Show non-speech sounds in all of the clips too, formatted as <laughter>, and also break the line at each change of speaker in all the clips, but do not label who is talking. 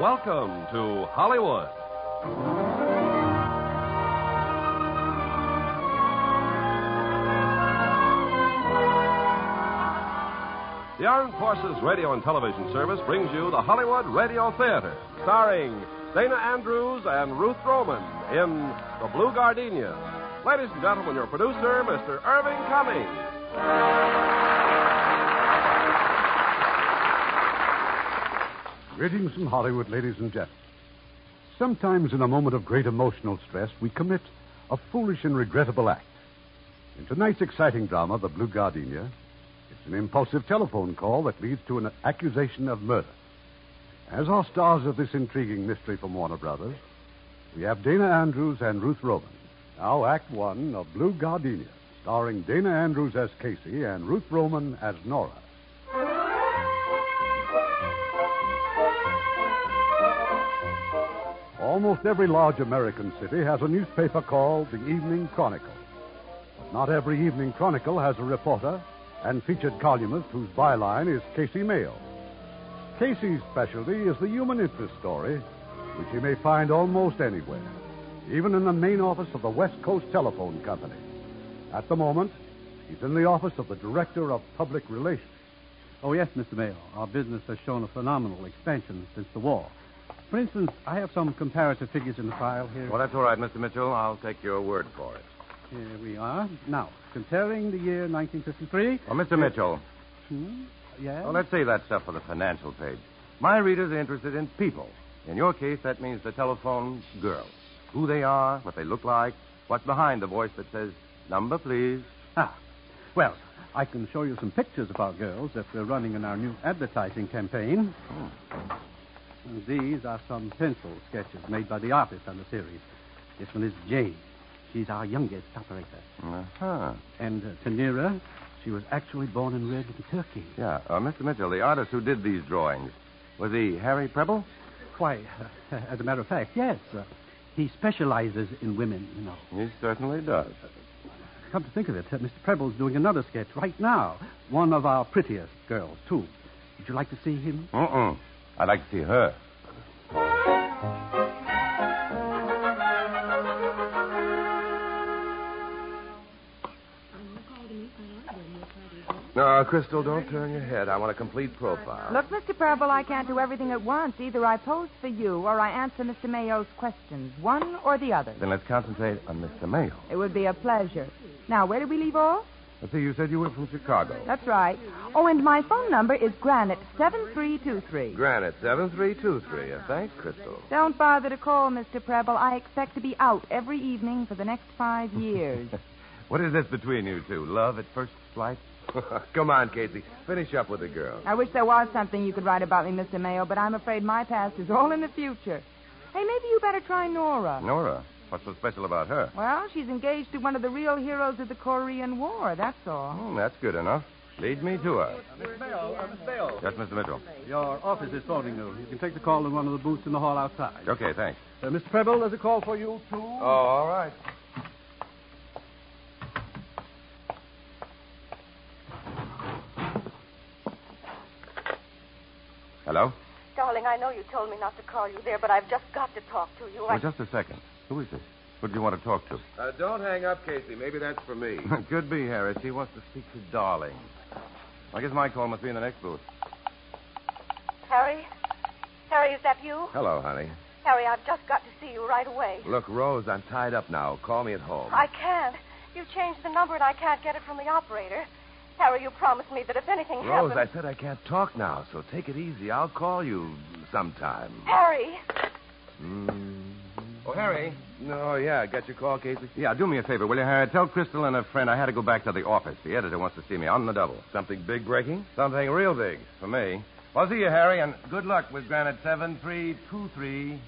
Welcome to Hollywood. The Armed Forces Radio and Television Service brings you the Hollywood Radio Theater, starring Dana Andrews and Ruth Roman in The Blue Gardenia. Ladies and gentlemen, your producer, Mr. Irving Cummings.
Greetings from Hollywood, ladies and gentlemen. Sometimes in a moment of great emotional stress, we commit a foolish and regrettable act. In tonight's exciting drama, The Blue Gardenia, it's an impulsive telephone call that leads to an accusation of murder. As our stars of this intriguing mystery from Warner Brothers, we have Dana Andrews and Ruth Roman. Now, Act One of Blue Gardenia, starring Dana Andrews as Casey and Ruth Roman as Nora. Almost every large American city has a newspaper called the Evening Chronicle. But not every Evening Chronicle has a reporter and featured columnist whose byline is Casey Mayo. Casey's specialty is the human interest story, which you may find almost anywhere, even in the main office of the West Coast Telephone Company. At the moment, he's in the office of the Director of Public Relations.
Oh, yes, Mr. Mayor. Our business has shown a phenomenal expansion since the war. For instance, I have some comparative figures in the file here.
Well, that's all right, Mr. Mitchell. I'll take your word for it.
Here we are. Now, comparing the year 1953.
Well, Mr. Mitchell,
Hmm? Yes?
well, let's save that stuff for the financial page. My readers are interested in people. In your case, that means the telephone girl. Who they are, what they look like, what's behind the voice that says, number, please.
Ah, well, I can show you some pictures of our girls that we're running in our new advertising campaign.
Oh.
And These are some pencil sketches made by the artist on the series. This one is Jane. She's our youngest operator.
Uh-huh.
And uh, Tanira, she was actually born and reared in Turkey.
Yeah, uh, Mr. Mitchell, the artist who did these drawings, was he Harry Preble?
Why, uh, <laughs> as a matter of fact, yes. Uh, he specializes in women, you know.
He certainly does.
Come to think of it, uh, Mr. Preble's doing another sketch right now. One of our prettiest girls, too. Would you like to see him?
Mm-mm. I'd like to see her. No, Crystal, don't turn your head. I want a complete profile.
Look, Mr. Preble, I can't do everything at once. Either I pose for you or I answer Mr. Mayo's questions, one or the other.
Then let's concentrate on Mr. Mayo.
It would be a pleasure. Now, where did we leave off?
Let's see, you said you were from Chicago.
That's right. Oh, and my phone number is Granite 7323.
Granite, 7323. Uh, Thanks, Crystal.
Don't bother to call, Mr. Preble. I expect to be out every evening for the next five years.
What is this between you two? Love at first sight? <laughs> Come on, Casey. Finish up with the girl.
I wish there was something you could write about me, Mr. Mayo, but I'm afraid my past is all in the future. Hey, maybe you better try Nora.
Nora, what's so special about her?
Well, she's engaged to one of the real heroes of the Korean War, that's all.
Hmm, that's good enough. Lead me to her.
Miss Mayo, uh, Miss Mayo.
Yes, Mr. Mitchell.
Your office is phoning you. You can take the call in one of the booths in the hall outside.
Okay, thanks.
Uh, Mr. Preble, there's a call for you, too.
Oh, all right. Hello?
Darling, I know you told me not to call you there, but I've just got to talk to you. I...
Well, just a second. Who is this? Who do you want to talk to?
Uh, don't hang up, Casey. Maybe that's for me.
<laughs> Could be, Harris. He wants to speak to Darling. I guess my call must be in the next booth.
Harry? Harry, is that you?
Hello, honey.
Harry, I've just got to see you right away.
Look, Rose, I'm tied up now. Call me at home.
I can't. You changed the number, and I can't get it from the operator. Harry, you promised me that if anything
Rose, I
happens...
said I can't talk now, so take it easy. I'll call you sometime.
Harry!
Mm. Oh, Harry. No, yeah. Got your call, Casey? Yeah, do me a favor, will you, Harry? Tell Crystal and her friend I had to go back to the office. The editor wants to see me on the double. Something big breaking? Something real big for me. I'll see you, Harry, and good luck with Granite 7323.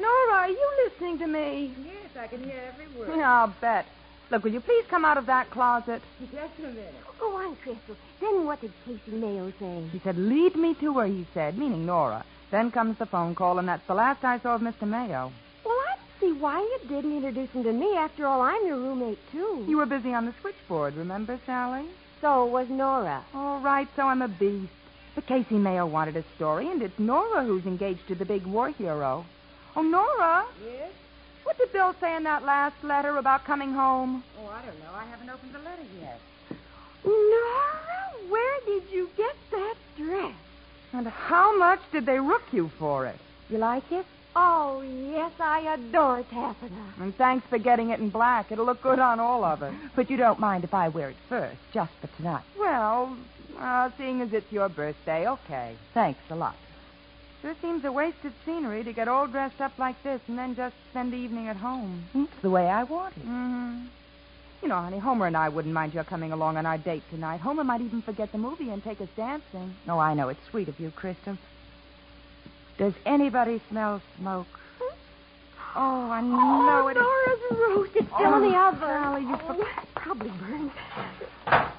Nora, are you listening to me?
Yes, I can hear every word.
Yeah, I'll bet. Look, will you please come out of that closet? Oh,
Just a minute.
Go on, Crystal. Then what did Casey Mayo say?
He said, Lead me to her, he said, meaning Nora. Then comes the phone call, and that's the last I saw of Mr. Mayo.
Well, I don't see why you didn't introduce him to me. After all, I'm your roommate, too.
You were busy on the switchboard, remember, Sally?
So was Nora.
All right, so I'm a beast. But Casey Mayo wanted a story, and it's Nora who's engaged to the big war hero. Oh, Nora,
Yes?
what did Bill say in that last letter about coming home?
Oh, I don't know. I haven't opened the letter yet.
Nora, where did you get that dress?
And how much did they rook you for it? You like it?
Oh, yes, I adore taffeta.
And thanks for getting it in black. It'll look good on all of us. But you don't mind if I wear it first, just for tonight. Well, uh, seeing as it's your birthday, okay. Thanks a lot. Sure seems a waste of scenery to get all dressed up like this and then just spend the evening at home.
It's the way I want it.
Mm-hmm. You know, honey, Homer and I wouldn't mind your coming along on our date tonight. Homer might even forget the movie and take us dancing. No, I know. It's sweet of you, Kristen. Does anybody smell <laughs> smoke? Oh, I know
oh,
it.
Nora's roast. It's still in the
Oh,
oven.
Sally, you
oh, it's probably burned.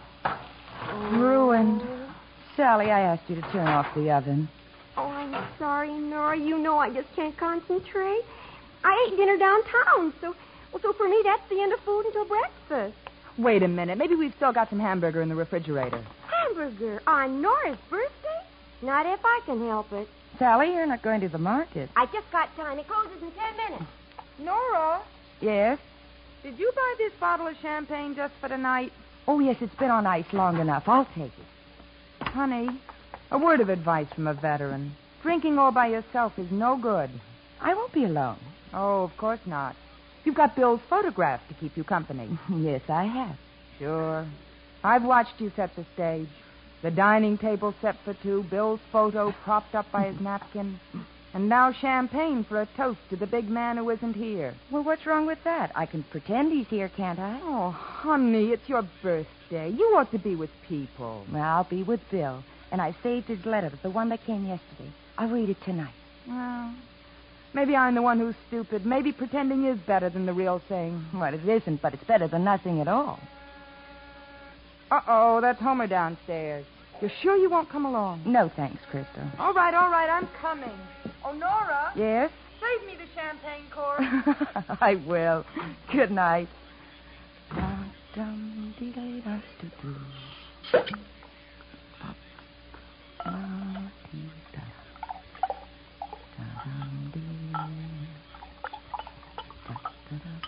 Ruined. Sally, I asked you to turn off the oven.
Oh, I'm sorry, Nora. You know I just can't concentrate. I ate dinner downtown, so well, so for me that's the end of food until breakfast.
Wait a minute. Maybe we've still got some hamburger in the refrigerator.
Hamburger on Nora's birthday? Not if I can help it.
Sally, you're not going to the market.
I just got time. It closes in ten minutes.
Nora,
Yes.
did you buy this bottle of champagne just for tonight? Oh, yes, it's been on ice long enough. I'll take it. Honey, a word of advice from a veteran. Drinking all by yourself is no good. I won't be alone. Oh, of course not. You've got Bill's photograph to keep you company.
<laughs> Yes, I have.
Sure. I've watched you set the stage. The dining table set for two, Bill's photo propped up by his napkin, and now champagne for a toast to the big man who isn't here.
Well, what's wrong with that? I can pretend he's here, can't I?
Oh, honey, it's your birthday. You ought to be with people.
Well, I'll be with Bill. And I saved his letter, the one that came yesterday. I'll read it tonight.
Well, maybe I'm the one who's stupid. Maybe pretending is better than the real thing.
Well, it isn't, but it's better than nothing at all.
Uh oh, that's Homer downstairs. You're sure you won't come along?
No thanks, Crystal.
All right, all right, I'm coming. Oh, Nora,
Yes?
save me the champagne cork.
<laughs>
<laughs>
I will. Good night. Dum-dum-dee-dum-doo-doo. Ah-dee-da. Da-dum-dee. Da-da-da-da.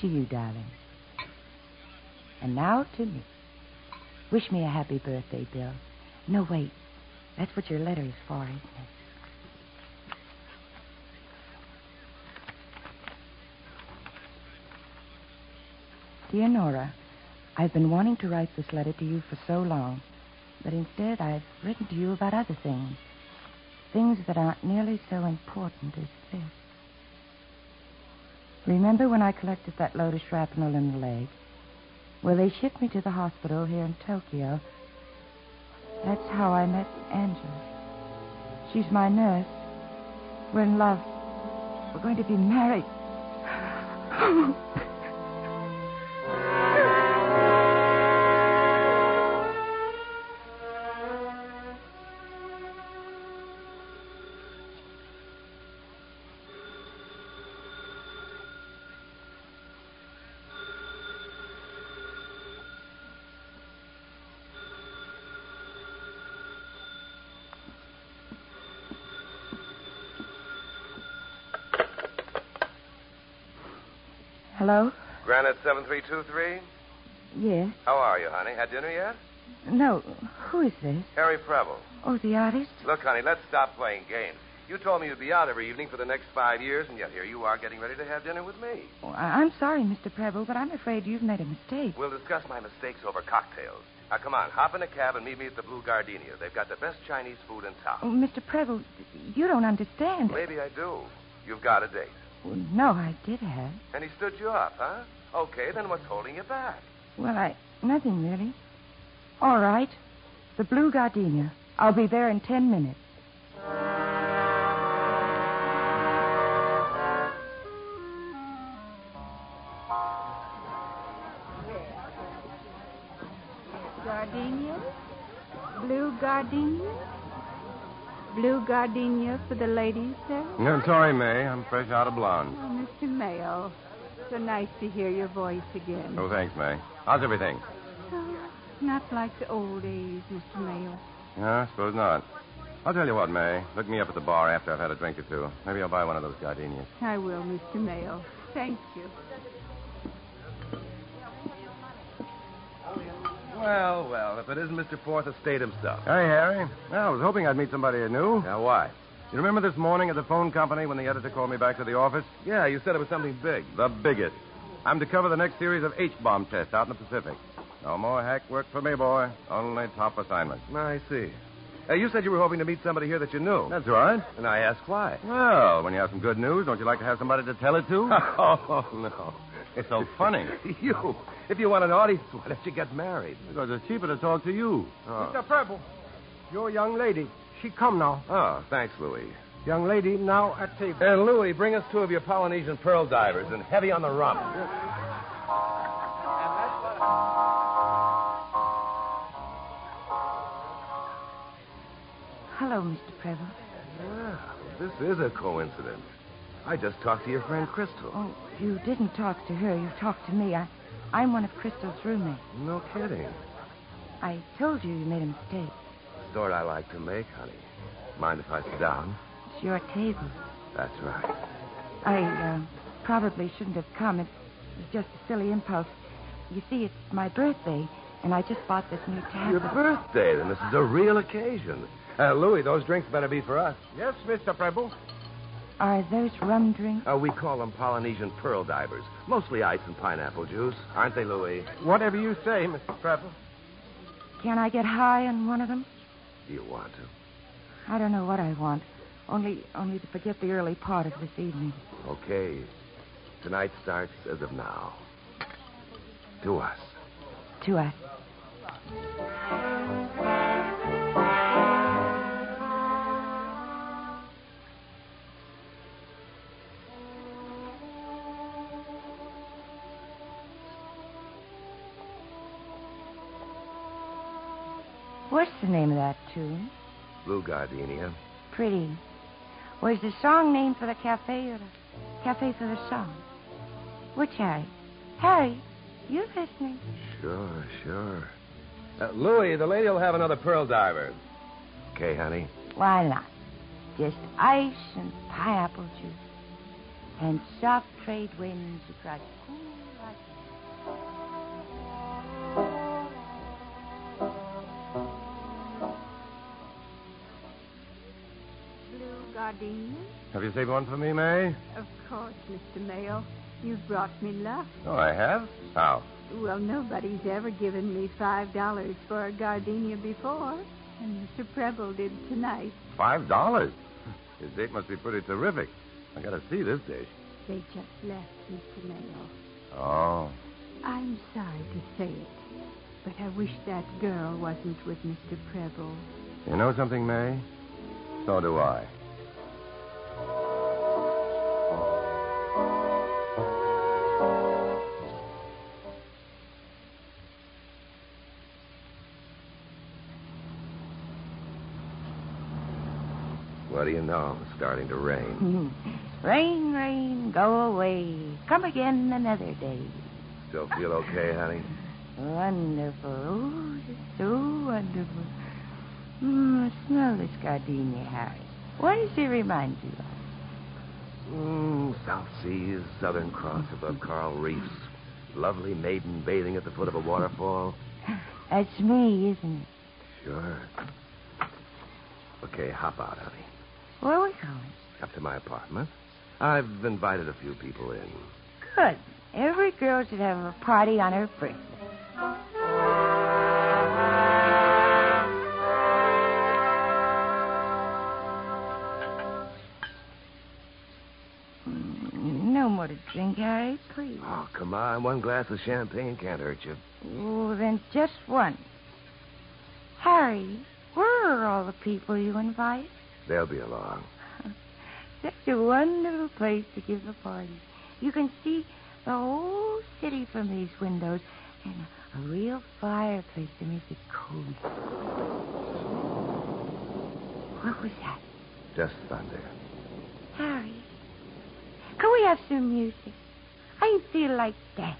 To you, darling. And now to me. Wish me a happy birthday, Bill. No, wait. That's what your letter is for, isn't it? Dear Nora, I've been wanting to write this letter to you for so long, but instead I've written to you about other things. Things that aren't nearly so important as this. Remember when I collected that load of shrapnel in the leg? Well, they shipped me to the hospital here in Tokyo. That's how I met Angela. She's my nurse. We're in love. We're going to be married. Hello?
Granite 7323?
Yes.
How are you, honey? Had dinner yet?
No. Who is this?
Harry Preble.
Oh, the artist?
Look, honey, let's stop playing games. You told me you'd be out every evening for the next five years, and yet here you are getting ready to have dinner with me.
Oh, I- I'm sorry, Mr. Preble, but I'm afraid you've made a mistake.
We'll discuss my mistakes over cocktails. Now, come on, hop in a cab and meet me at the Blue Gardenia. They've got the best Chinese food in
Oh,
town.
Mr. Preble, you don't understand.
Maybe I do. You've got a date.
Well, no, I did have.
And he stood you up, huh? Okay, then what's holding you back?
Well, I. Nothing, really. All right. The Blue Gardenia. I'll be there in ten minutes.
Gardenia? Blue gardenia? Blue gardenia for the ladies, sir?
No, sorry, May. I'm fresh out of blonde.
Oh, Mr. Mayo. So nice to hear your voice again.
Oh, thanks, May. How's everything?
Oh, not like the old days, Mr. Mayo.
No, I suppose not. I'll tell you what, May. Look me up at the bar after I've had a drink or two. Maybe I'll buy one of those gardenias.
I will, Mr. Mayo. Thank you.
Well, well, if it isn't Mr. Fourth Estate himself.
Hey, Harry. Well, I was hoping I'd meet somebody I knew. Now, why? You remember this morning at the phone company when the editor called me back to the office?
Yeah, you said it was something big.
The biggest. I'm to cover the next series of H-bomb tests out in the Pacific. No more hack work for me, boy. Only top assignments.
I see. Uh, you said you were hoping to meet somebody here that you knew.
Oh, That's right.
And I asked why.
Well, when you have some good news, don't you like to have somebody to tell it to?
<laughs> Oh, no.
it's so funny.
<laughs> You. If you want an audience, why don't you get married?
Because it's cheaper to talk to you.
Mr. Preble, your young lady, she come now.
Oh, thanks, Louis.
Young lady now at table.
And Louis, bring us two of your Polynesian pearl divers and heavy on the rum.
Hello, Mr. Preble.
Well, Ah, this is a coincidence. I just talked to your friend Crystal.
Oh, you didn't talk to her. You talked to me. I, I'm one of Crystal's roommates.
No kidding.
I told you you made a mistake.
Sort I like to make, honey. Mind if I sit down?
It's your table.
That's right.
I uh, probably shouldn't have come. It was just a silly impulse. You see, it's my birthday, and I just bought this new tablet.
Your birthday, then. This is a real occasion. Uh, Louis, those drinks better be for us.
Yes, Mr. Preble.
Are those rum drinks?
Uh, we call them Polynesian pearl divers. Mostly ice and pineapple juice, aren't they, Louis?
Whatever you say, Mr. Preble.
Can I get high on one of them?
Do you want to?
I don't know what I want. Only, only to forget the early part of this evening.
Okay. Tonight starts as of now. To us.
To us. What's the name of that tune?
Blue gardenia.
Pretty. Was the song named for the cafe or the cafe for the song? Which Harry? Harry, you listening?
Sure, sure. Uh, Louis, the lady will have another pearl diver. Okay, honey.
Why not? Just ice and pineapple juice. And soft trade winds <laughs> across cool ice.
Blue gardenia?
Have you saved one for me, May?
Of course, Mr. Mayo. You've brought me luck.
Oh, I have? How?
Well, nobody's ever given me five dollars for a gardenia before, and Mr. Preble did tonight.
Five dollars. <laughs> His date must be pretty terrific. I gotta see this dish.
They just left, Mr. Mayo.
Oh.
I'm sorry to say it, but I wish that girl wasn't with Mr. Preble.
You know something, May? So do I.
What do you know? It's starting to rain.
rain, rain, go away. Come again another day.
Still feel okay, honey?
Wonderful. Oh, it's so wonderful. Mm, smell this gardenia, Harry. What does it remind you of?
Mm, South Seas, Southern Cross above coral reefs. Lovely maiden bathing at the foot of a waterfall.
That's me, isn't it?
Sure. Okay, hop out, honey.
Where are we going?
Up to my apartment. I've invited a few people in.
Good. Every girl should have a party on her birthday. Mm, No more to drink, Harry, please.
Oh, come on. One glass of champagne can't hurt you.
Oh, then just one. Harry, where are all the people you invite?
They'll be along.
Such a wonderful place to give a party. You can see the whole city from these windows and a real fireplace to make it cozy. What was that?
Just thunder.
Harry, can we have some music?
I feel like that.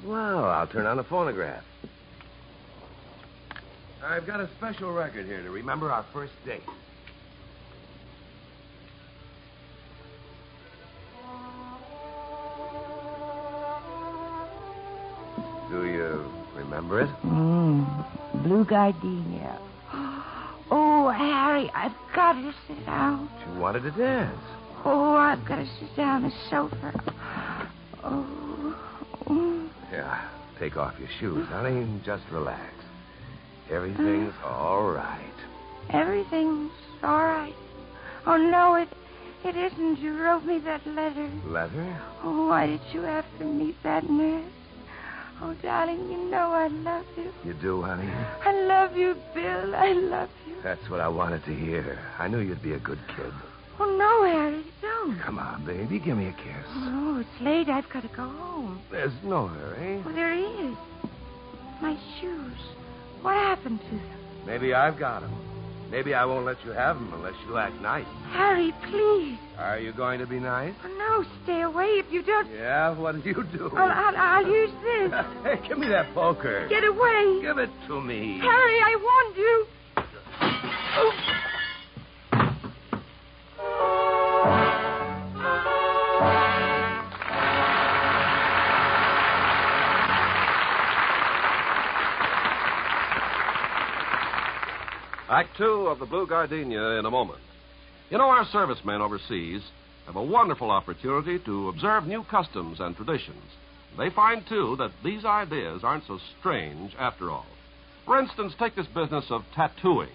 Swell. I'll turn on the phonograph. I've got a special record here to remember our first date. Do you remember it?
Mm, blue gardenia. <gasps> Oh, Harry, I've got to sit down.
She wanted to dance.
Oh, I've got to sit down on the sofa. <gasps> Oh,
Yeah. Take off your shoes, honey, and just relax. Everything's all right.
Everything's all right. Oh, no, it, it isn't. You wrote me that letter.
Leather?
Oh, why did you have to meet that nurse? Oh, darling, you know I love you.
You do, honey.
I love you, Bill. I love you.
That's what I wanted to hear. I knew you'd be a good kid.
Oh, no, Harry, don't.
Come on, baby, give me a kiss.
Oh, it's late. I've got to go home.
There's no hurry.
Well, there is. My shoes. What happened to them?
Maybe I've got 'em. Maybe I won't let you have 'em unless you act nice.
Harry, please.
Are you going to be nice?
Oh, no, stay away if you don't.
Yeah, what do you do?
I'll, I'll, I'll use this.
<laughs> Hey, give me that poker.
Get away.
Give it to me.
Harry, I warned you. Oh.
Act two of the Blue Gardenia in a moment. You know, our servicemen overseas have a wonderful opportunity to observe new customs and traditions. They find, too, that these ideas aren't so strange after all. For instance, take this business of tattooing.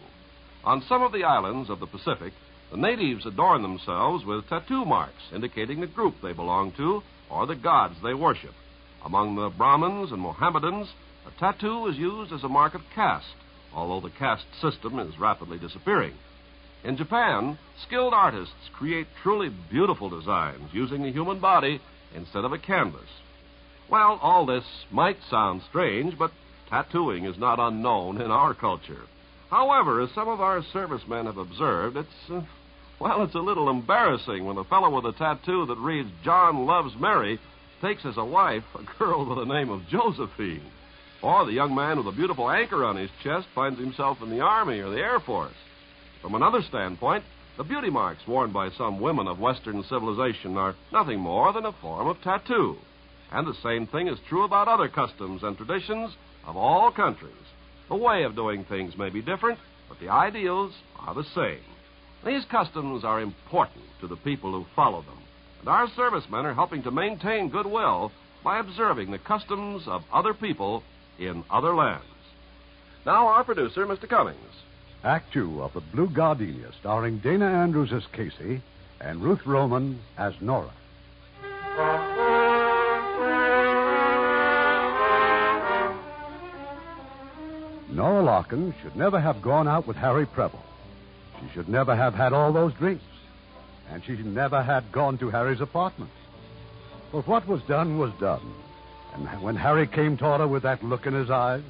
On some of the islands of the Pacific, the natives adorn themselves with tattoo marks indicating the group they belong to or the gods they worship. Among the Brahmins and Mohammedans, a tattoo is used as a mark of caste although the caste system is rapidly disappearing. In Japan, skilled artists create truly beautiful designs using the human body instead of a canvas. Well, all this might sound strange, but tattooing is not unknown in our culture. However, as some of our servicemen have observed, it's, uh, well, it's a little embarrassing when a fellow with a tattoo that reads John Loves Mary takes as a wife a <laughs> girl with the name of Josephine. Or the young man with a beautiful anchor on his chest finds himself in the Army or the Air Force. From another standpoint, the beauty marks worn by some women of Western civilization are nothing more than a form of tattoo. And the same thing is true about other customs and traditions of all countries. The way of doing things may be different, but the ideals are the same. These customs are important to the people who follow them, and our servicemen are helping to maintain goodwill by observing the customs of other people in other lands. Now, our producer, Mr. Cummings.
Act two of The Blue Gardenia, starring Dana Andrews as Casey and Ruth Roman as Nora. Nora Larkin should never have gone out with Harry Preble. She should never have had all those drinks. And she never had gone to Harry's apartment. But what was done was done. And when Harry came toward her with that look in his eyes,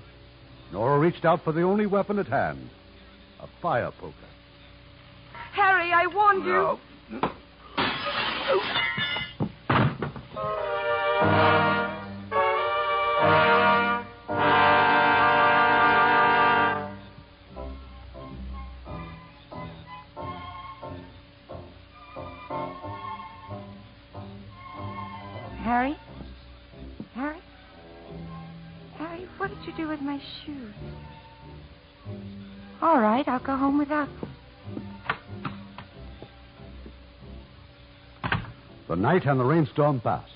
Nora reached out for the only weapon at hand a fire poker.
Harry, I warned you.
Harry? Harry? Harry, what did you do with my shoes? All right, I'll go home without them.
The night and the rainstorm pass,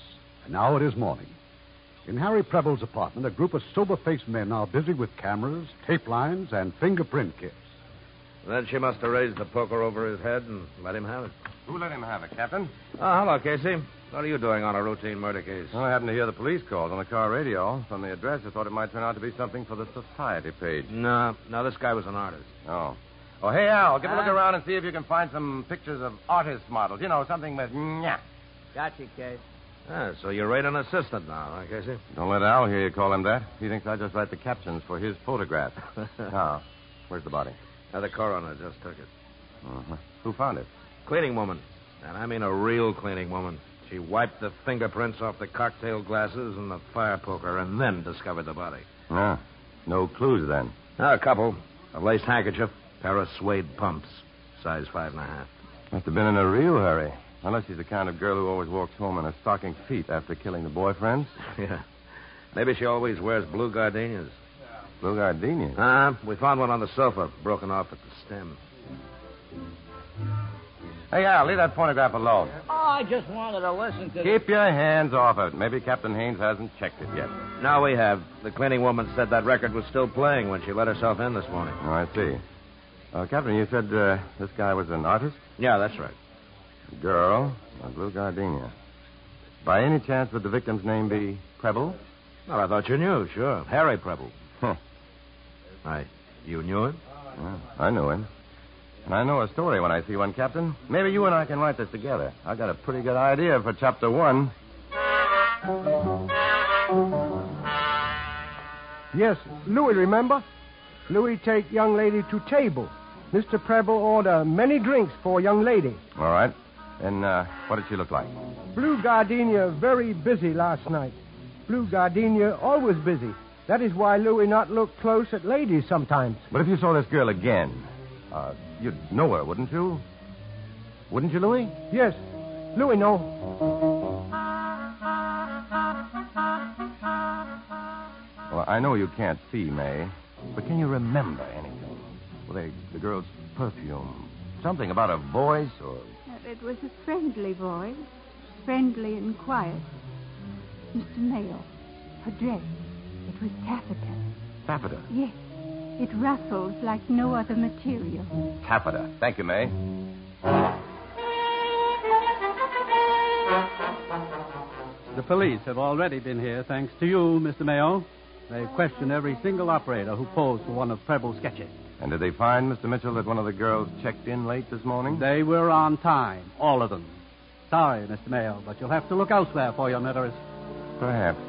and now it is morning. In Harry Preble's apartment, a group of sober faced men are busy with cameras, tape lines, and fingerprint kits.
Then she must have raised the poker over his head and let him have it. Who let him have it, Captain? Oh, hello, Casey. What are you doing on a routine murder case?
Oh,
I happened to hear the police called on the car radio. From the address, I thought it might turn out to be something for the society page. No, no, this guy was an artist. Oh. Oh, hey, Al, give a look
Huh?
around and see if you can find some pictures of artist models. You know, something with nya.
Gotcha, Case.
Ah, so you're right an assistant now, huh, Casey? Don't let Al hear you call him that. He thinks I just write the captions for his <laughs> photograph. now, where's the body?
the coroner just took it.
Uh-huh. Who found it?
Cleaning woman. And I mean a real cleaning woman. She wiped the fingerprints off the cocktail glasses and the fire poker and then discovered the body.
Ah, no clues then.
a couple. A lace handkerchief, pair of suede pumps, size five and a half.
Must have been in a real hurry. Unless she's the kind of girl who always walks home in her stocking feet after killing the boyfriend.
<laughs> yeah. Maybe she always wears blue gardenias.
Blue gardenia.
Uh, we found one on the sofa, broken off at the stem.
Hey, Al, leave that phonograph alone.
Oh, I just wanted to listen to.
Keep your hands off it. Maybe Captain Haines hasn't checked it yet.
Now we have. The cleaning woman said that record was still playing when she let herself in this morning.
Oh, I see. Uh, Captain, you said uh, this guy was an artist?
Yeah, that's right.
Girl, a blue gardenia. By any chance, would the victim's name be Preble?
Well, I thought you knew, sure. Harry Preble.
Huh.
I, you knew him?
I knew him. And I know a story when I see one, Captain. Maybe you and I can write this together. I got a pretty good idea for chapter one.
Yes, Louis, remember? Louis take young lady to table. Mr. Preble order many drinks for young lady.
All right. And uh, what did she look like?
Blue Gardenia very busy last night. Blue Gardenia always busy. That is why Louis not look close at ladies sometimes.
But if you saw this girl again, uh, you'd know her, wouldn't you? Wouldn't you, Louis?
Yes, Louis know.
Well, I know you can't see, May, but can you remember anything? Well, they, the girl's perfume. Something about her voice or.
But It was a friendly voice, friendly and quiet. Mr. Mayo, her dress, it was taffeta.
Taffeta.
Yes, it rustles like no other material.
Taffeta. Thank you, May.
The police have already been here, thanks to you, Mr. Mayo. They've questioned every single operator who posed for one of Preble's sketches.
And did they find, Mr. Mitchell, that one of the girls checked in late this morning?
They were on time, all of them. Sorry, Mr. Mayo, but you'll have to look elsewhere for your murderers.
Perhaps.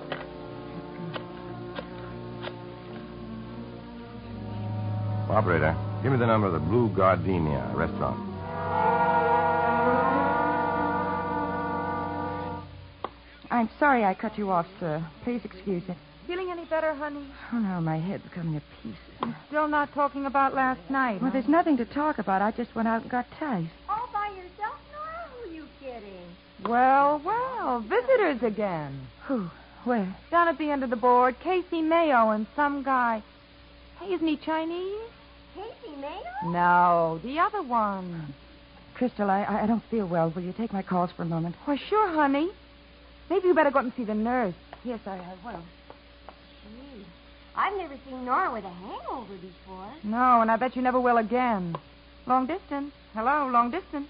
Operator, give me the number of the Blue Gardenia restaurant.
I'm sorry I cut you off, sir. Please excuse it.
Feeling any better, honey?
Oh, no, my head's coming to pieces.
Still not talking about last night.
Well,
huh?
there's nothing to talk about. I just went out and got ties.
All by yourself, Nora? Who are you kidding?
Well, well, visitors again.
Who? Where?
Down at the end of the board, Casey Mayo and some guy. Hey, isn't he Chinese?
Casey Mayo?
No, the other one.
Crystal, I, I- I don't feel well. Will you take my calls for a moment?
Why, sure, honey. Maybe you better go up and see the nurse. Yes, I, I will.
Gee, I've never seen Nora with a hangover before.
No, and I bet you never will again. Long distance. Hello, long distance.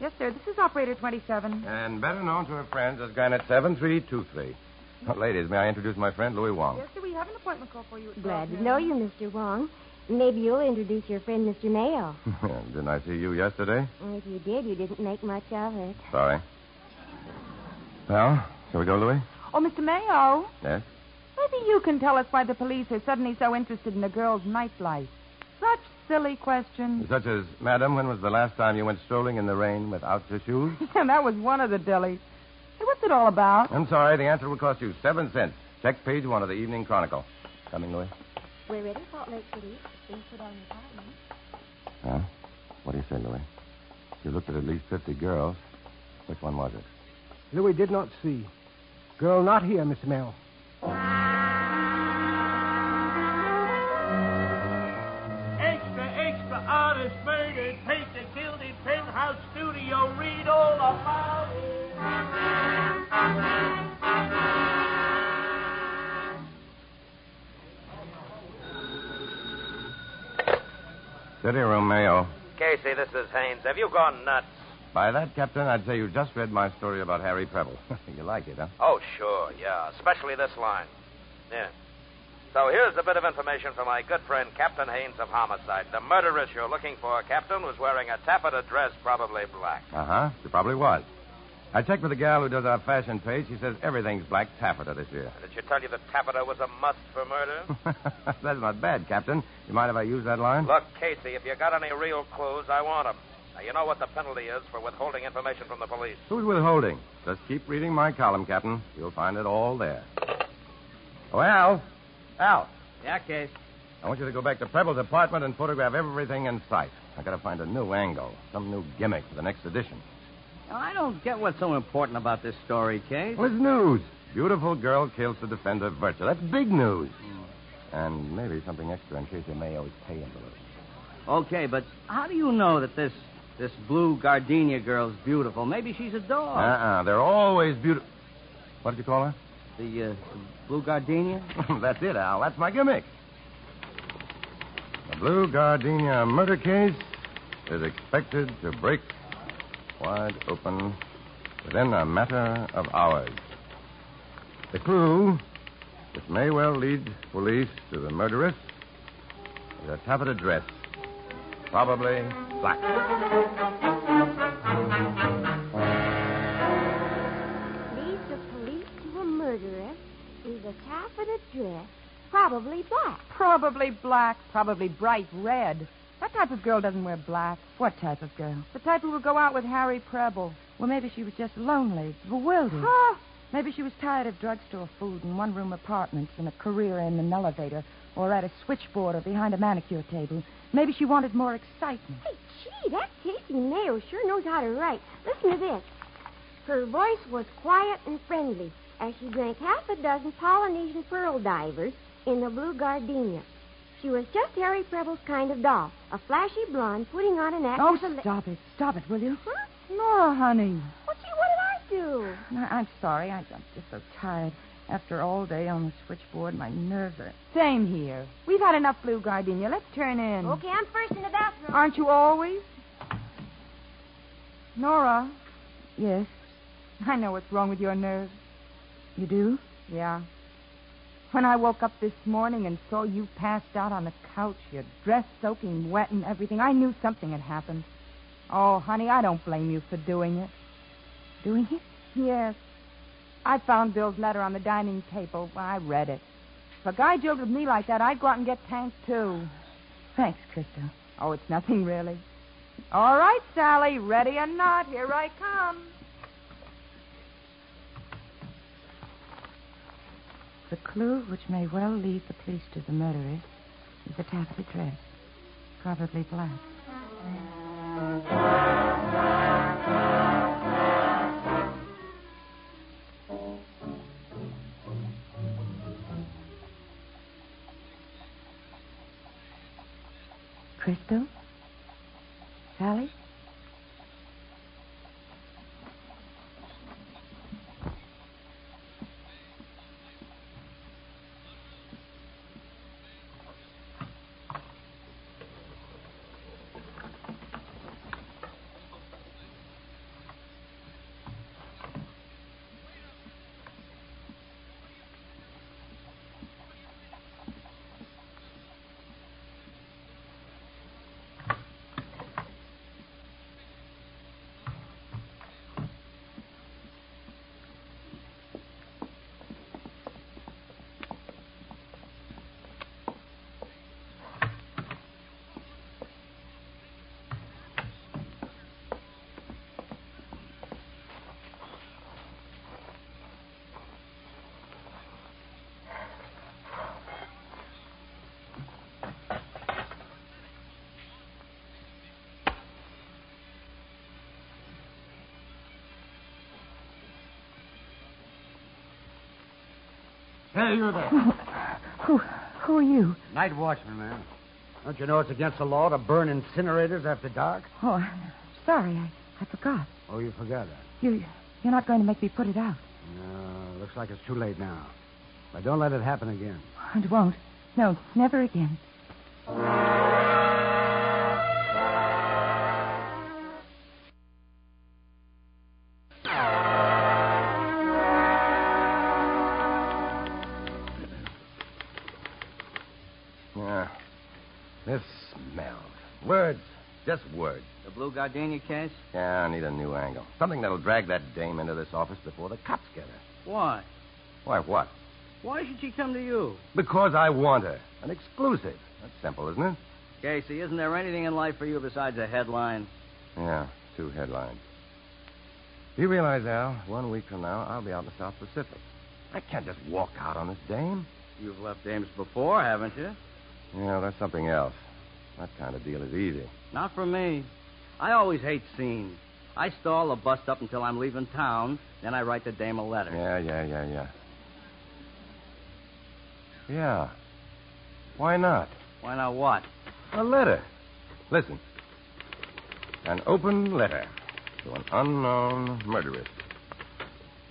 Yes, sir. This is operator 27.
And better known to her friends as Granite 7323. Now, <laughs> ladies, may I introduce my friend, Louis Wong?
Yes, sir, we have an appointment call for you. at
Glad
12
to
noon.
know you, Mr. Wong. Maybe you'll introduce your friend, Mr. Mayo.
<laughs> Didn't I see you yesterday?
If you did, you didn't make much of it.
Sorry. Well, shall we go, Louis?
Oh, Mr. Mayo,
Yes?
maybe you can tell us why the police are suddenly so interested in a girl's nightlife. Such silly questions. <laughs>
Such as, Madam, when was the last time you went strolling in the rain without your shoes?
and that was one of the dillies. Hey, what's it all about?
I'm sorry, the answer will cost you seven cents. Check page one of the Evening Chronicle. Coming, Louis?
We're ready, Salt Lake City. Things put on the apartment.
Huh? What do you say, Louis? You looked at at least 50 girls. Which one was it?
Louis did not see. Girl not here, Mr. Mayo.
Extra, extra, honest murder. Take the guilty penthouse studio. Read all about
City room, Mayo.
Casey, this is Haines. Have you gone nuts?
By that, Captain, I'd say you just read my story about Harry Preble. <laughs> you like it, huh?
Oh, sure, yeah. Especially this line. Yeah. So here's a bit of information from my good friend Captain Haines of Homicide. The murderess you're looking for, Captain, was wearing a taffeta dress, probably black.
Uh huh. She probably was. I checked with the gal who does our fashion page. She says everything's black taffeta this year. <laughs>
Did she tell you that taffeta was a must for murder?
That's not bad, Captain. You mind if I use that line?
Look, Casey, if you got any real clues, I want 'em. Now, you know what the penalty is for withholding information from the police.
Who's withholding? Just keep reading my column, Captain. You'll find it all there. Oh, Al, Al,
Yeah, Case.
I want you to go back to Pebble's apartment and photograph everything in sight. I gotta find a new angle, some new gimmick for the next edition.
Now, I don't get what's so important about this story, Case.
What's news? Beautiful girl kills to defend her virtue. That's big news. And maybe something extra in case you may always pay into it.
Okay, but how do you know that this this blue gardenia girl's beautiful? Maybe she's a dog.
Uh-uh. They're always beautiful. What did you call her?
The uh, blue
<laughs>
gardenia?
That's it, Al. That's my gimmick. The Blue Gardenia murder case is expected to break wide open within a matter of hours. The clue, which may well lead police to the murderess, is a taffeta dress, probably black.
Lead the police to a murderess is a taffeta dress, probably black.
Probably black, probably bright red. That type of girl doesn't wear black.
What type of girl?
The type who would go out with Harry Preble.
Well, maybe she was just lonely, bewildered.
Ah,
Maybe she was tired of drugstore food and one room apartments and a career in an elevator or at a switchboard or behind a manicure table. Maybe she wanted more excitement.
Gee, that Casey Mayo sure knows how to write. Listen to this. Her voice was quiet and friendly as she drank half a dozen Polynesian pearl divers in the blue gardenia. She was just Harry Preble's kind of doll, a flashy blonde putting on an act.
Oh,
as a la-
stop it. Stop it, will you?
Huh?
Laura, honey.
Well, gee, what did I do?
No, I'm sorry. I, I'm just so tired. After all day on the switchboard, my nerves are.
same here. We've had enough blue gardenia. Let's turn in.
Okay, I'm first in the bathroom.
Aren't you always? Nora,
Yes,
I know what's wrong with your nerves.
you do?
Yeah. When I woke up this morning and saw you passed out on the couch, your dress soaking wet and everything, I knew something had happened. Oh, honey, I don't blame you for doing it.
Doing it?
Yes. I found Bill's letter on the dining table. I read it. If a guy jilted me like that, I'd go out and get tanked, too.
Thanks, Crystal.
Oh, it's nothing, really. All right, Sally, ready or not, here I
<laughs>
come.
The clue which may well lead the police to the murderess is the taffeta dress, probably black. Crystal? Sally?
Hey, you there.
Who, who are you?
<laughs> Night watchman, man. Don't you know it's against the law to burn incinerators after dark?
Oh, <laughs> I'm sorry, I, I forgot.
Oh, you forgot that.
You, you're not going to make me put it out.
No, looks like it's too late now. But don't let it happen again.
It won't. No, never again.
Yeah. This smells. Words. Just words.
The blue gardenia case?
Yeah, I need a new angle. Something that'll drag that dame into this office before the cops get her.
Why?
Why, what?
Why should she come to you?
Because I want her. An exclusive. That's simple, isn't it?
Casey, isn't there anything in life for you besides a headline?
Yeah, two headlines. Do you realize, Al, one week from now, I'll be out in the South Pacific. I can't just walk out on this dame.
You've left Ames before, haven't you?
Yeah, that's something else. That kind of deal is easy.
Not for me. I always hate scenes. I stall the bust up until I'm leaving town, then I write the dame a letter.
Yeah, yeah, yeah, yeah. Yeah. Why not?
Why not what?
A letter. Listen. An open letter to an unknown murderess.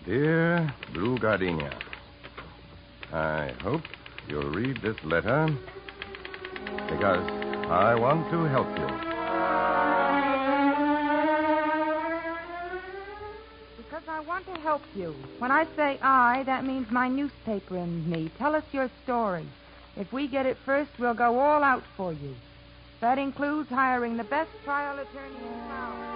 Dear Blue Gardenia, I hope you'll read this letter because I want to help you.
Because I want to help you. When I say I, that means my newspaper and me. Tell us your story. If we get it first, we'll go all out for you. That includes hiring the best trial attorney in town.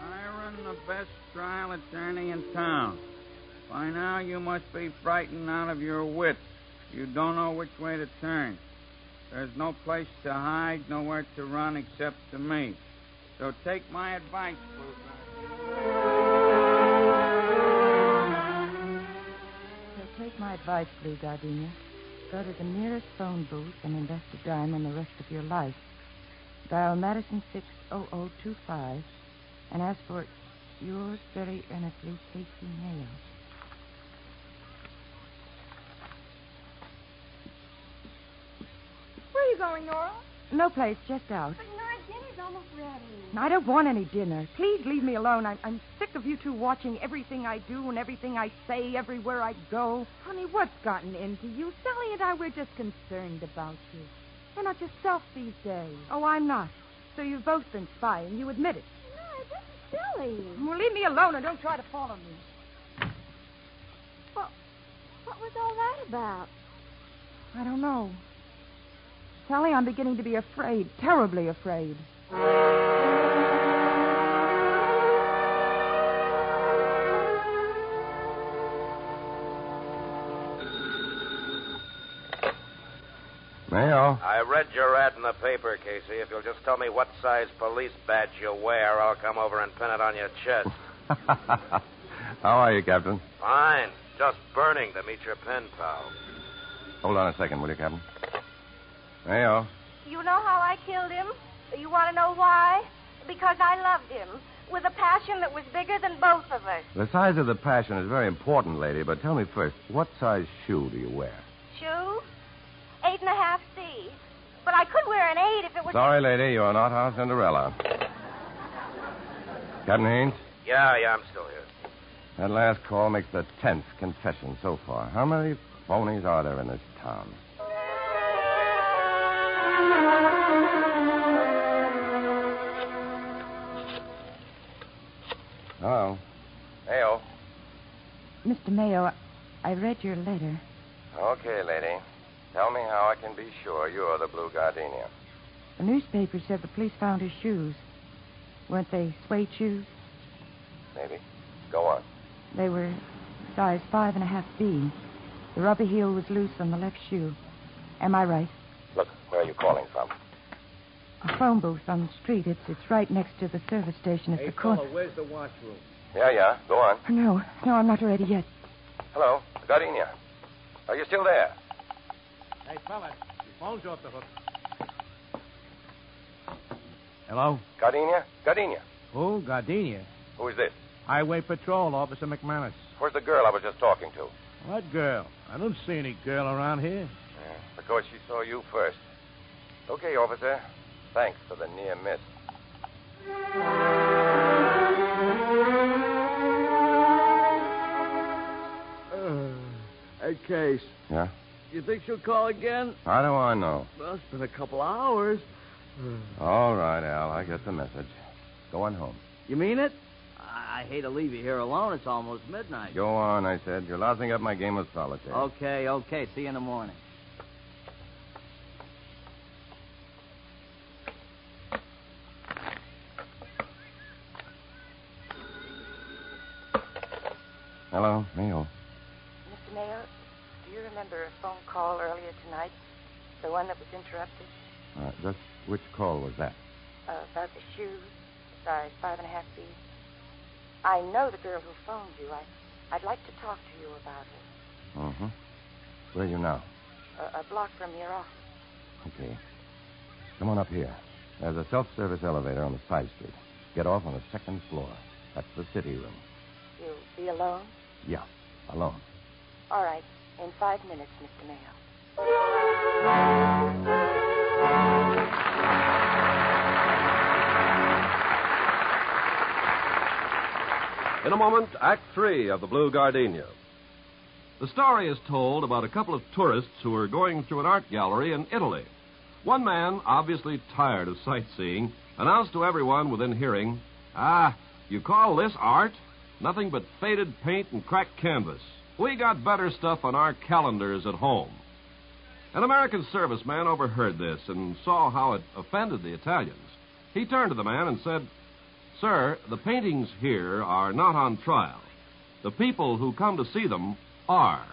Hiring the best trial attorney in town. By now you must be frightened out of your wits. You don't know which way to turn. There's no place to hide, nowhere to run except to me. So take my advice,
So take my advice, Blue Gardenia. Go to the nearest phone booth and invest a dime on the rest of your life. Dial Madison 60025 and ask for yours very earnestly, Casey Mayo.
Where are you going, Nora?
No place, just out.
But Nora, dinner's almost ready.
I don't want any dinner. Please leave me alone. I'm, I'm sick of you two watching everything I do and everything I say everywhere I go. Honey, what's gotten into you? Sally and I, we're just concerned about you. You're not yourself these days. Oh, I'm not. So you've both been spying. You admit it.
Nora, this is silly.
Well, leave me alone and don't try to follow me.
Well, what was all that about?
I don't know. Sally, I'm beginning to be afraid, terribly afraid.
Mayo.
I read your ad in the paper, Casey. If you'll just tell me what size police badge you wear, I'll come over and pin it on your chest.
<laughs> How are you, Captain?
Fine. Just burning to meet your pen pal.
Hold on a second, will you, Captain? Mayo.
You know how I killed him? You want to know why? Because I loved him with a passion that was bigger than both of us.
The size of the passion is very important, lady, but tell me first, what size shoe do you wear?
Shoe? Eight and a half C. But I could wear an eight if it was.
Sorry, lady, you're not our Cinderella. Captain Haines,
Yeah, yeah, I'm still here.
that last call makes the tenth confession so far. How many phonies are there in this town? Hello.
Heyo.
Mr. Mayo, I read your letter.
Okay, lady. Tell me how I can be sure you're the Blue Gardenia.
The newspaper said the police found her shoes. Weren't they suede shoes?
Maybe. Go on.
They were size five and a half B. The rubber heel was loose on the left shoe. Am I right?
Look, where are you calling from?
A phone booth on the street. It's it's right next to the service station at the corner.
where's the washroom?
Yeah, yeah. Go on.
No, no, I'm not ready yet.
Hello, Gardenia. Are you still there?
Hey, fella, your phone's off the hook.
Hello? Gardenia? Gardenia.
Who? Gardenia.
Who is this?
Highway Patrol, Officer McManus.
Where's the girl I was just talking to?
What girl? I don't see any girl around here.
because she saw you first. Okay, officer. Thanks for the near miss.
Hey, Uh, Case,
Yeah?
you think she'll call again?
How do I know?
Well, it's been a couple hours.
All right, Al. I get the message. Go on home.
You mean it? I I hate to leave you here alone. It's almost midnight.
Go on, I said. You're lousing up my game of solitaire.
Oh.
Okay, okay. See you in the morning.
Hello, oh. Mayo.
Mr. Mayo, do you remember a phone call earlier tonight? The one that was interrupted?
Uh, just which call was that?
Uh, about the shoes, size five and a half B. I know the girl who phoned you. I, I'd like to talk to you about her.
Mm-hmm. Where are you now?
Uh, a block from your office.
Okay. Come on up here. There's a self-service elevator on the side street. Get off on the second floor. That's the city room.
You'll be alone?
Yeah, alone.
All right. In five minutes, Mr. Mayo.
In a moment, Act Three of The Blue Gardenia. The story is told about a couple of tourists who are going through an art gallery in Italy. One man, obviously tired of sightseeing, announced to everyone within hearing Ah, you call this art? Nothing but faded paint and cracked canvas. We got better stuff on our calendars at home. An American serviceman overheard this and saw how it offended the Italians. He turned to the man and said, Sir, the paintings here are not on trial. The people who come to see them are.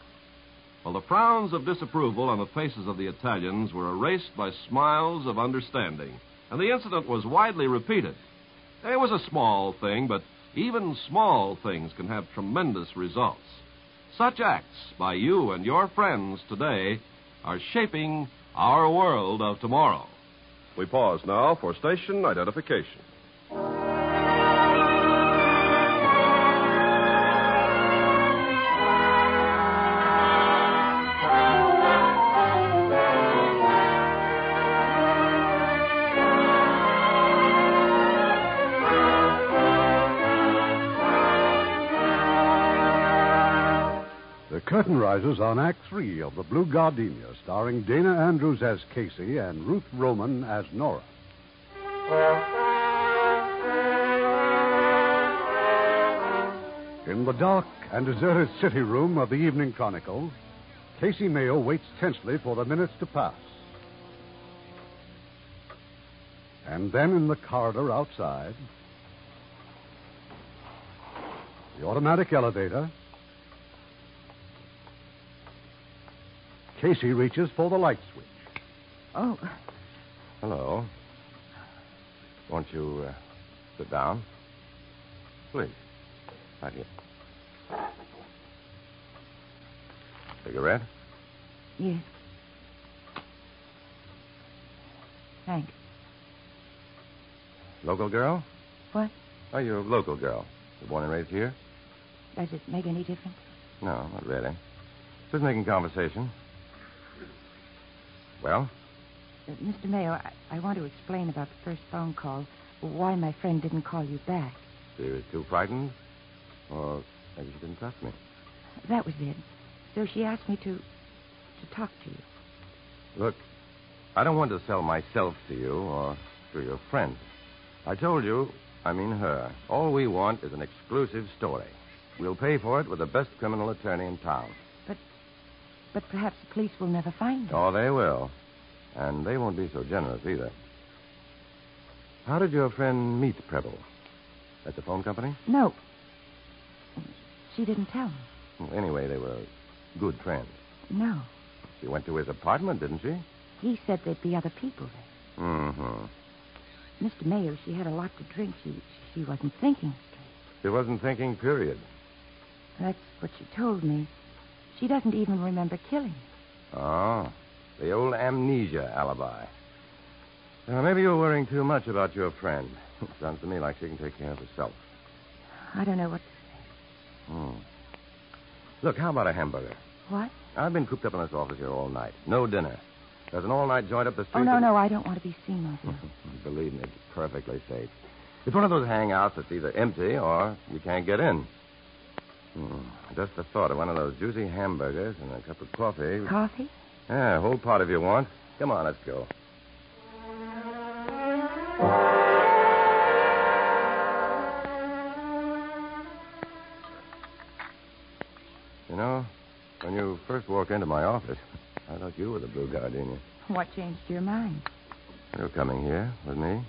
Well, the frowns of disapproval on the faces of the Italians were erased by smiles of understanding, and the incident was widely repeated. It was a small thing, but even small things can have tremendous results. Such acts by you and your friends today are shaping our world of tomorrow. We pause now for station identification.
The curtain rises on Act Three of The Blue Gardenia, starring Dana Andrews as Casey and Ruth Roman as Nora. In the dark and deserted city room of the Evening Chronicle, Casey Mayo waits tensely for the minutes to pass. And then in the corridor outside, the automatic elevator. Casey reaches for the light switch.
Oh,
Hello. Won't you uh, sit down? Please. Right here. Cigarette?
yes. Thanks.
Local girl?
What?
Are you a local girl? You born and raised here?
Does it make any difference?
No, not really. Just making conversation. Well?
Uh, Mr. Mayo, I, I want to explain about the first phone call, why my friend didn't call you back.
She was too frightened? Or maybe she didn't trust me.
That was it. So she asked me to to talk to you.
Look, I don't want to sell myself to you or to your friend. I told you, I mean her. All we want is an exclusive story. We'll pay for it with the best criminal attorney in town.
But perhaps the police will never find you.
Oh, they will. And they won't be so generous either. How did your friend meet Preble? At the phone company?
No. She didn't tell me.
Well, Anyway, they were good friends.
No.
She went to his apartment, didn't she?
He said there'd be other people there.
Mm-hmm.
Mr. Mayo, she had a lot to drink. She she wasn't thinking.
She wasn't thinking, period.
That's what she told me. She doesn't even remember killing.
Oh, the old amnesia alibi. Now, maybe you're worrying too much about your friend. <laughs> Sounds to me like she can take care of herself.
I don't know what
Hmm. Look, how about a hamburger?
what.
I've been cooped up in this office here all night. No dinner. There's an all-night joint up the street.
Oh no,
that-
no, I don't want to be seen with you.
Believe me, it's perfectly safe. It's one of those hangouts that's either empty or you can't get in. Hmm. Just the thought of one of those juicy hamburgers and a cup of coffee.
Coffee?
Yeah, a whole pot if you want. Come on, let's go. You know, when you first walked into my office, I thought you were the blue gardenia.
What changed your mind?
You're coming here with me.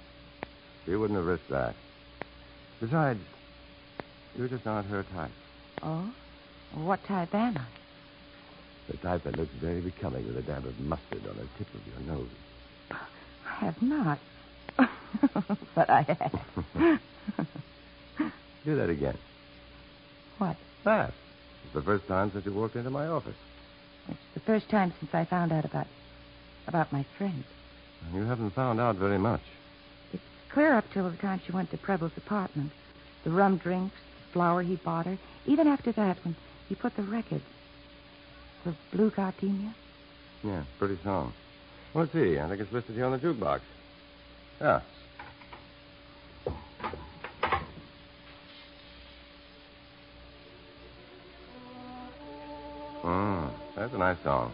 You wouldn't have risked that. Besides, you're just not her type.
Oh? What type am I?
The type that looks very becoming with a dab of mustard on the tip of your nose.
have not. <laughs> but I have.
Do that again.
what?
That. It's the first time since you walked into my office.
The first time since I found out about about my friend.
You haven't found out very much.
Clear up till the time she went to Preble's apartment. The rum drinks, the flour he bought her. Even after that, when he put the record. The Blue Gardenia.
Yeah, pretty song. Well, let's see. I think it's listed here on the jukebox. Yeah. Mm, that's a nice song.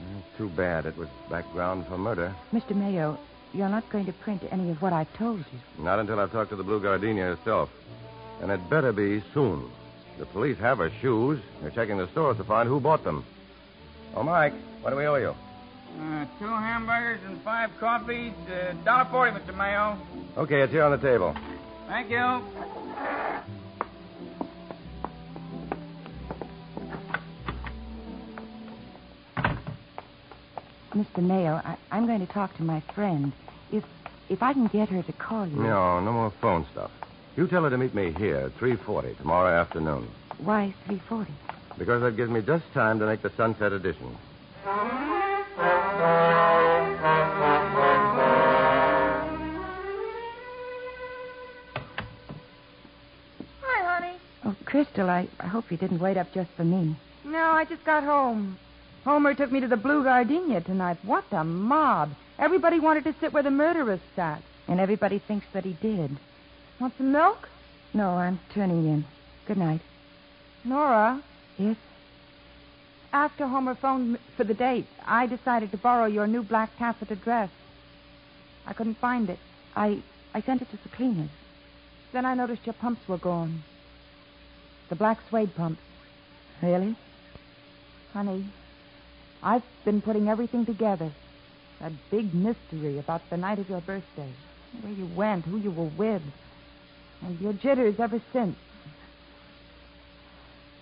Mm, Too bad it was background for murder.
Mr. Mayo, you're not going to print any of what I've told you.
Not until I've talked to the Blue Gardenia herself. And it better be soon. The police have her shoes. They're checking the stores to find who bought them. Oh, Mike, what do we owe you?
Uh, two hamburgers and five coffees. Uh, $1.40, Mr. Mayo.
Okay, it's here on the table.
Thank you.
Mr. Mayo, I, I'm going to talk to my friend. If if I can get her to call you.
No, no more phone stuff. You tell her to meet me here at 3.40 tomorrow afternoon.
Why 340?
Because that gives me just time to make the sunset edition.
Hi, honey.
Oh, Crystal, I, I hope you didn't wait up just for me.
No, I just got home. Homer took me to the Blue Gardenia tonight. What a mob. Everybody wanted to sit where the murderers sat.
And everybody thinks that he did.
Want some milk?
No, I'm turning in. Good night.
Nora,
Yes?
after Homer phoned m- for the date, I decided to borrow your new black taffeta dress. I couldn't find it.
I I sent it to the cleaners.
Then I noticed your pumps were gone. The black suede pumps.
Really?
Honey, I've been putting everything together. That big mystery about the night of your birthday, where you went, who you were with, and your jitters ever since.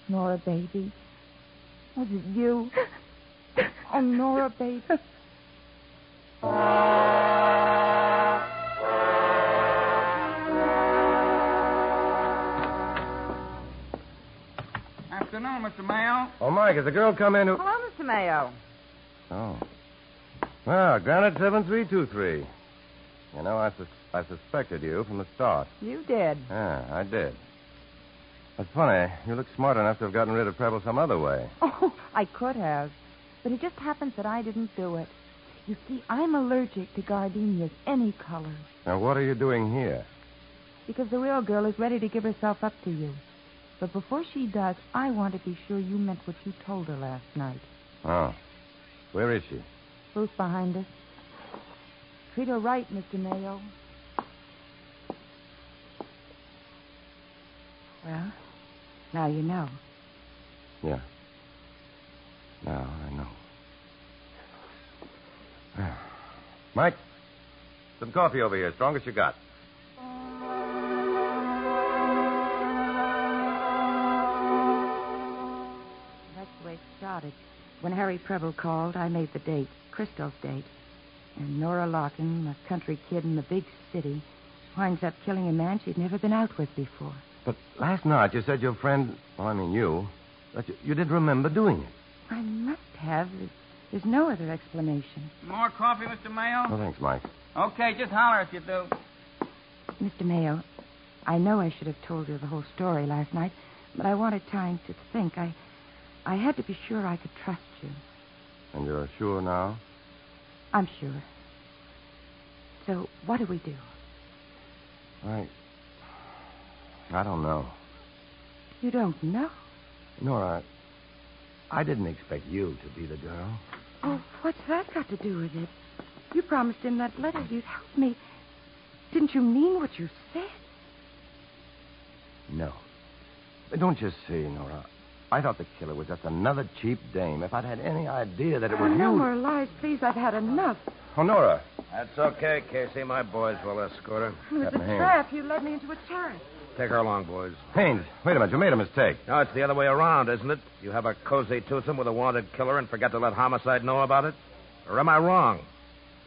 Nora, baby. Was it you? Oh, Nora, baby.
Afternoon, Mr. Mayo.
Oh, Mike, has the girl come in who...
Hello, Mr. Mayo.
Oh. Well, Granite 7323. You know, I, sus- I suspected you from the start.
You did.
Yeah, I did. That's funny. You look smart enough to have gotten rid of Pebble some other way.
Oh, I could have. But it just happens that I didn't do it. You see, I'm allergic to gardenias, any color,
Now, what are you doing here?
because the real girl is ready to give herself up to you. But before she does, I want to be sure you meant what you told her last night.
Oh. Where is she?
Ruth behind us. Treat her right, Mr. Mayo.
Well, now you know.
Yeah. Now I know. <sighs> Mike, some coffee over here, strongest you got.
That's the way it started. When Harry Preble called, I made the date, Crystal's date. And Nora Larkin, a country kid in the big city, winds up killing a man she'd never been out with before.
But last night you said your friend, well, I mean you, that you, you didn't remember doing it.
I must have. There's, there's no other explanation.
More coffee, Mr.
Oh,
Mayo?
thanks, Mike.
Okay, just holler if you do.
Mr. Mayo, I know I should have told you the whole story last night, but I wanted time to think. I, I had to be sure I could trust you.
And you're sure now?
I'm sure. So what do we do?
I. I don't know.
You don't know.
Nora, I didn't expect you to be the girl.
Oh, what's that got to do with it? You promised in that letter you'd help me. Didn't you mean what you said?
No. But don't you see, Nora? I thought the killer was just another cheap dame. If I'd had any idea that it
oh,
was
no
you.
more lies, please. I've had enough.
Oh, Nora.
That's okay, Casey. My boys will escort her.
It was a trap. You led me into a turret.
Take her along, boys.
Haynes, wait a minute. You made a mistake.
No, it's the other way around, isn't it? You have a cozy twosome with a wanted killer and forget to let homicide know about it? Or am I wrong?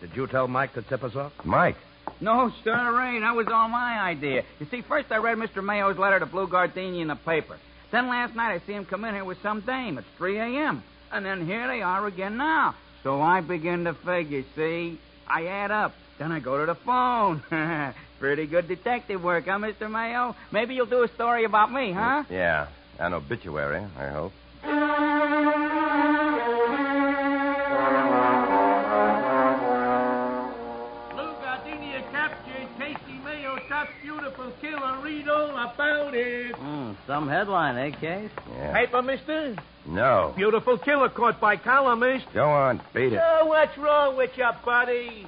Did you tell Mike to tip us off?
Mike.
No, sir, Ray. That was all my idea. You see, first I read Mr. Mayo's letter to Blue Gardini in the paper. Then last night I see him come in here with some dame. It's 3 a.m. And then here they are again now. So I begin to figure, see? I add up. Then I go to the phone. <laughs> Pretty good detective work, huh, Mr. Mayo? Maybe you'll do a story about me, huh?
Yeah, an obituary, I hope.
Lou Gardenia captured Casey Mayo, top beautiful killer. Read all about it.
Hmm, some headline, eh, Case?
Yeah.
Paper, mister?
No.
Beautiful killer caught by columnist.
Go on, beat it.
Oh, what's wrong with you, buddy?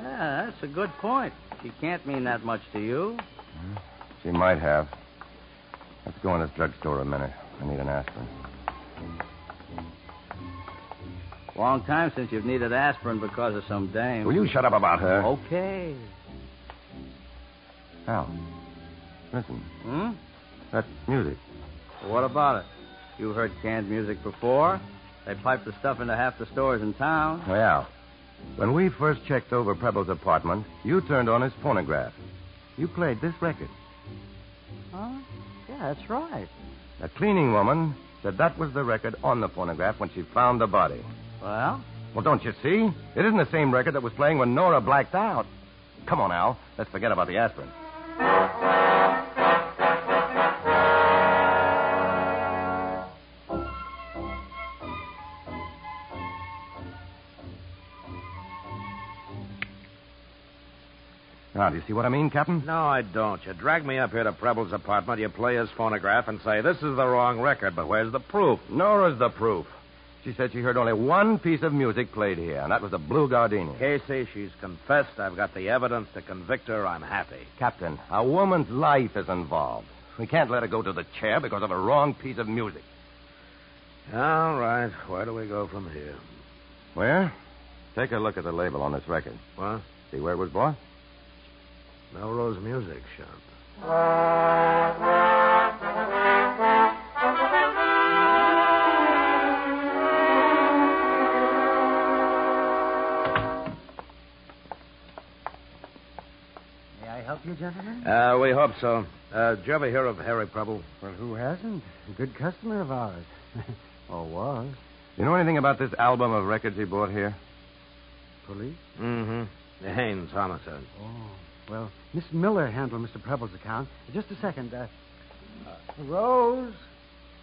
Yeah, that's a good point. She can't mean that much to you.
She might have. Let's go in this drugstore a minute. I need an aspirin.
Long time since you've needed aspirin because of some dame.
Will you shut up about her?
Okay.
Al, listen.
Hmm?
That music.
What about it? You heard canned music before. They pipe the stuff into half the stores in town.
Hey, Al. When we first checked over Preble's apartment, you turned on his phonograph. You played this record.
Huh? Yeah, that's right.
A cleaning woman said that was the record on the phonograph when she found the body.
Well?
Well, don't you see? It isn't the same record that was playing when Nora blacked out. Come on, Al. Let's forget about the aspirin. Now, do you see what I mean, Captain?
No, I don't. You drag me up here to Preble's apartment, you play his phonograph, and say, This is the wrong record, but where's the proof?
Nora's the proof. She said she heard only one piece of music played here, and that was the Blue Gardenia.
Casey, she's confessed. I've got the evidence to convict her. I'm happy.
Captain, a woman's life is involved. We can't let her go to the chair because of a wrong piece of music.
All right. Where do we go from here?
Where? Take a look at the label on this record.
What?
See where it was bought?
Melrose Music Shop.
May I help you, gentlemen?
Uh, we hope so. Uh, did you ever hear of Harry Preble?
Well, who hasn't? A good customer of ours. <laughs> or was.
You know anything about this album of records he bought here?
Police?
Mm-hmm. The Haynes homicide.
Oh. Well, Miss Miller handled Mr. Preble's account. Just a second. Uh, Rose,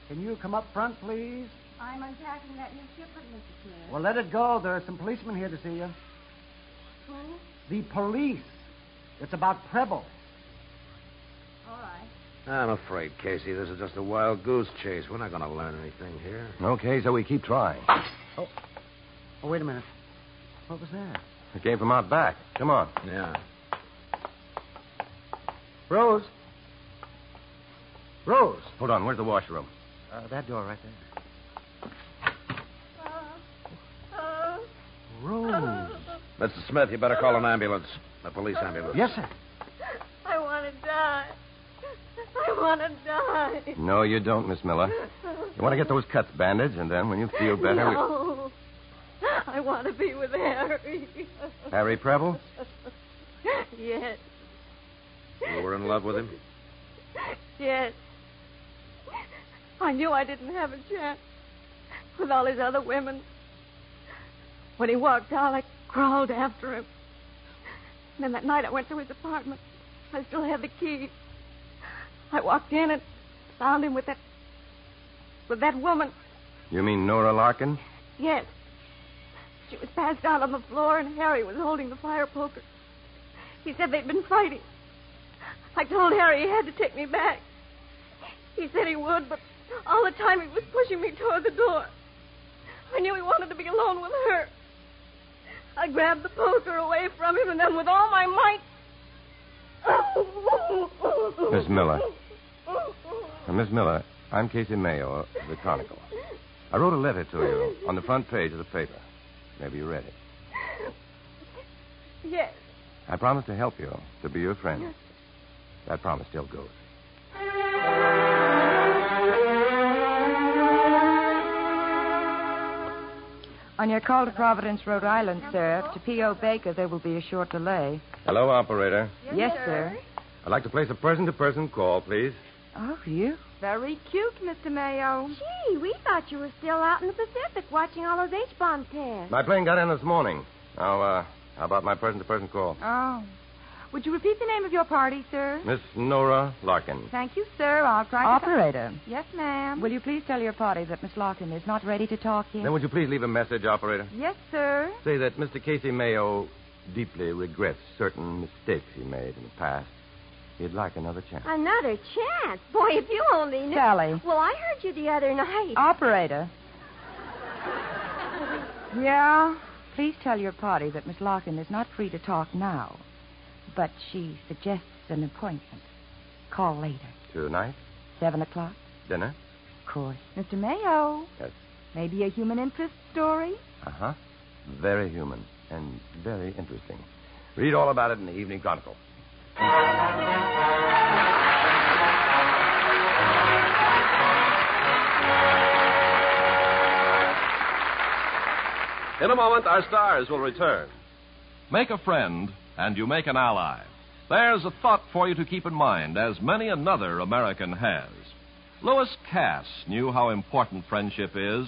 can you come up front, please?
I'm unpacking that new shipment, Mr. Smith.
Well, let it go. There are some policemen here to see you.
Who?
The police. It's about Preble.
All right.
I'm afraid, Casey, this is just a wild goose chase. We're not going to learn anything here.
Okay, so we keep trying.
Oh, wait a minute. What was that?
It came from out back. Come on.
Yeah.
Rose. Rose.
Hold on. Where's the washroom?
Uh, that door right there. Rose.
Mr. Hmm. Smith, you better call an ambulance. A police ambulance.
Yes, sir.
I want to die. I want to die.
No, you don't, Miss Miller. You want to get those cuts bandaged, and then when you feel better. we-
No. I want to be with Harry.
Harry Preble?
yes,
You were in love with him?
yes. I knew I didn't have a chance with all his other women. When he walked out, I crawled after him. And then that night I went to his apartment. I still had the key. I walked in and found him with that with that woman.
You mean Nora Larkin?
Yes. She was passed out on the floor, and Harry was holding the fire poker. He said they'd been fighting. I told Harry he had to take me back. He said he would, but all the time he was pushing me toward the door. I knew he wanted to be alone with her. I grabbed the poker away from him, and then with all my might.
Miss Miller. Uh, Miss Miller, I'm Casey Mayo of the Chronicle. I wrote a letter to you on the front page of the paper. Maybe you read it.
Yes.
I promised to help you, to be your friend. That promise still goes.
On your call to Providence, Rhode Island, sir, to P.O. Baker, there will be a short delay.
Hello, operator.
yes, sir.
I'd like to place a person to person call, please.
Oh, you?
Very cute, Mr. Mayo.
Gee, we thought you were still out in the Pacific watching all those H-bomb tests.
My plane got in this morning. Now, uh, how about my person to person call?
Oh. Would you repeat the name of your party, sir?
Miss Nora Larkin.
Thank you, sir. I'll try to...
Operator.
Yes, ma'am.
Will you please tell your party that Miss Larkin is not ready to talk yet?
Then would you please leave a message, operator?
Yes, sir.
Say that Mr. Casey Mayo deeply regrets certain mistakes he made in the past. He'd like another chance.
Another chance. Boy, if you only knew.
Sally.
Well, I heard you the other night.
Operator. yeah? Please tell your party that Miss Larkin is not free to talk now, but she suggests an appointment. Call later.
Tonight?
Seven o'clock?
Dinner?
Of course.
Mr. Mayo.
Yes.
Maybe a human interest story?
Uh huh. Very human and very interesting. Read all about it in the Evening Chronicle.
In a moment, our stars will return. Make a friend, and you make an ally. There's a thought for you to keep in mind, as many another American has. Lewis Cass knew how important friendship is.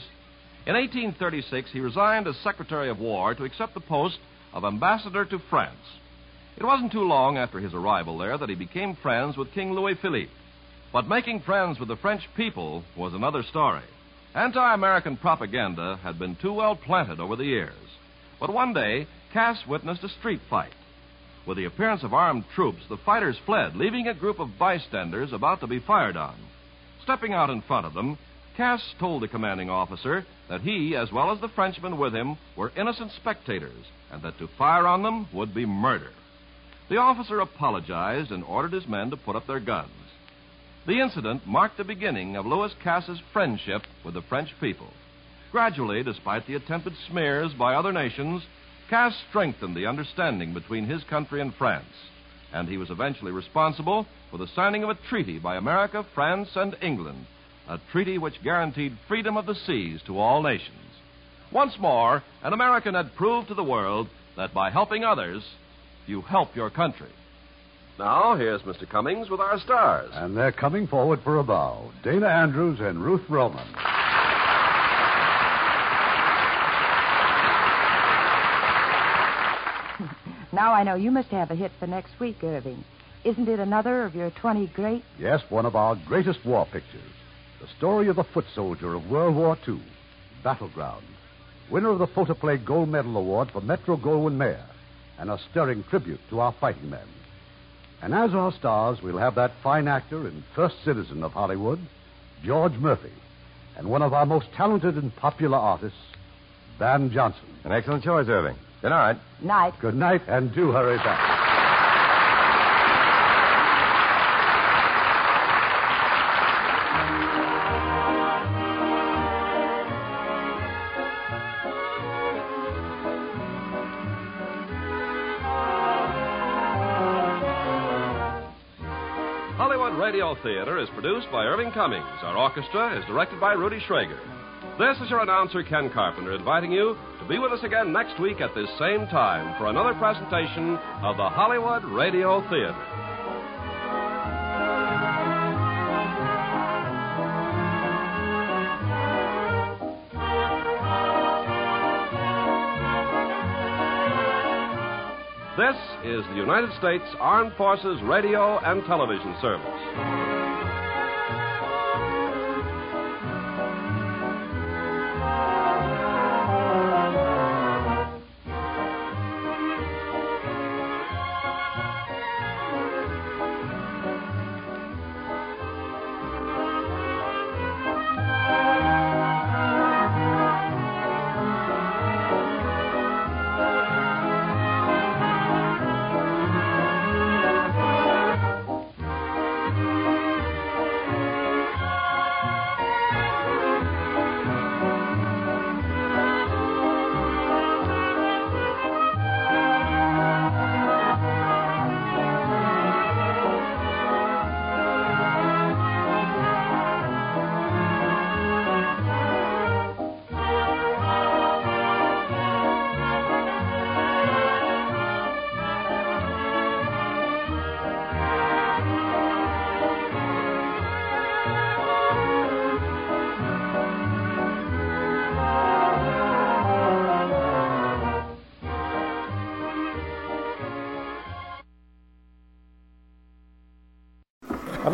In 1836, he resigned as Secretary of War to accept the post of Ambassador to France. It wasn't too long after his arrival there that he became friends with King Louis Philippe. But making friends with the French people was another story. Anti American propaganda had been too well planted over the years. But one day, Cass witnessed a street fight. With the appearance of armed troops, the fighters fled, leaving a group of bystanders about to be fired on. Stepping out in front of them, Cass told the commanding officer that he, as well as the Frenchmen with him, were innocent spectators, and that to fire on them would be murder. The officer apologized and ordered his men to put up their guns. The incident marked the beginning of Louis Cass's friendship with the French people. Gradually, despite the attempted smears by other nations, Cass strengthened the understanding between his country and France, and he was eventually responsible for the signing of a treaty by America, France, and England, a treaty which guaranteed freedom of the seas to all nations. Once more, an American had proved to the world that by helping others, you help your country. Now, here's Mr. Cummings with our stars.
And they're coming forward for a bow Dana Andrews and Ruth Roman.
<laughs> Now I know you must have a hit for next week, Irving. Isn't it another of your 20 great?
Yes, one of our greatest war pictures. The story of the foot soldier of World War II, Battleground. Winner of the Photoplay Gold Medal Award for Metro Goldwyn Mayer, and a stirring tribute to our fighting men. And as our stars, we'll have that fine actor and first citizen of Hollywood, George Murphy, and one of our most talented and popular artists, Van Johnson.
An excellent choice, Irving. Good night.
Night.
Good night, and do hurry back.
Hollywood Radio Theater is produced by Irving Cummings. Our orchestra is directed by Rudy Schrager. This is your announcer, Ken Carpenter, inviting you to be with us again next week at this same time for another presentation of the Hollywood Radio Theater. This is the United States Armed Forces Radio and Television Service.
I'd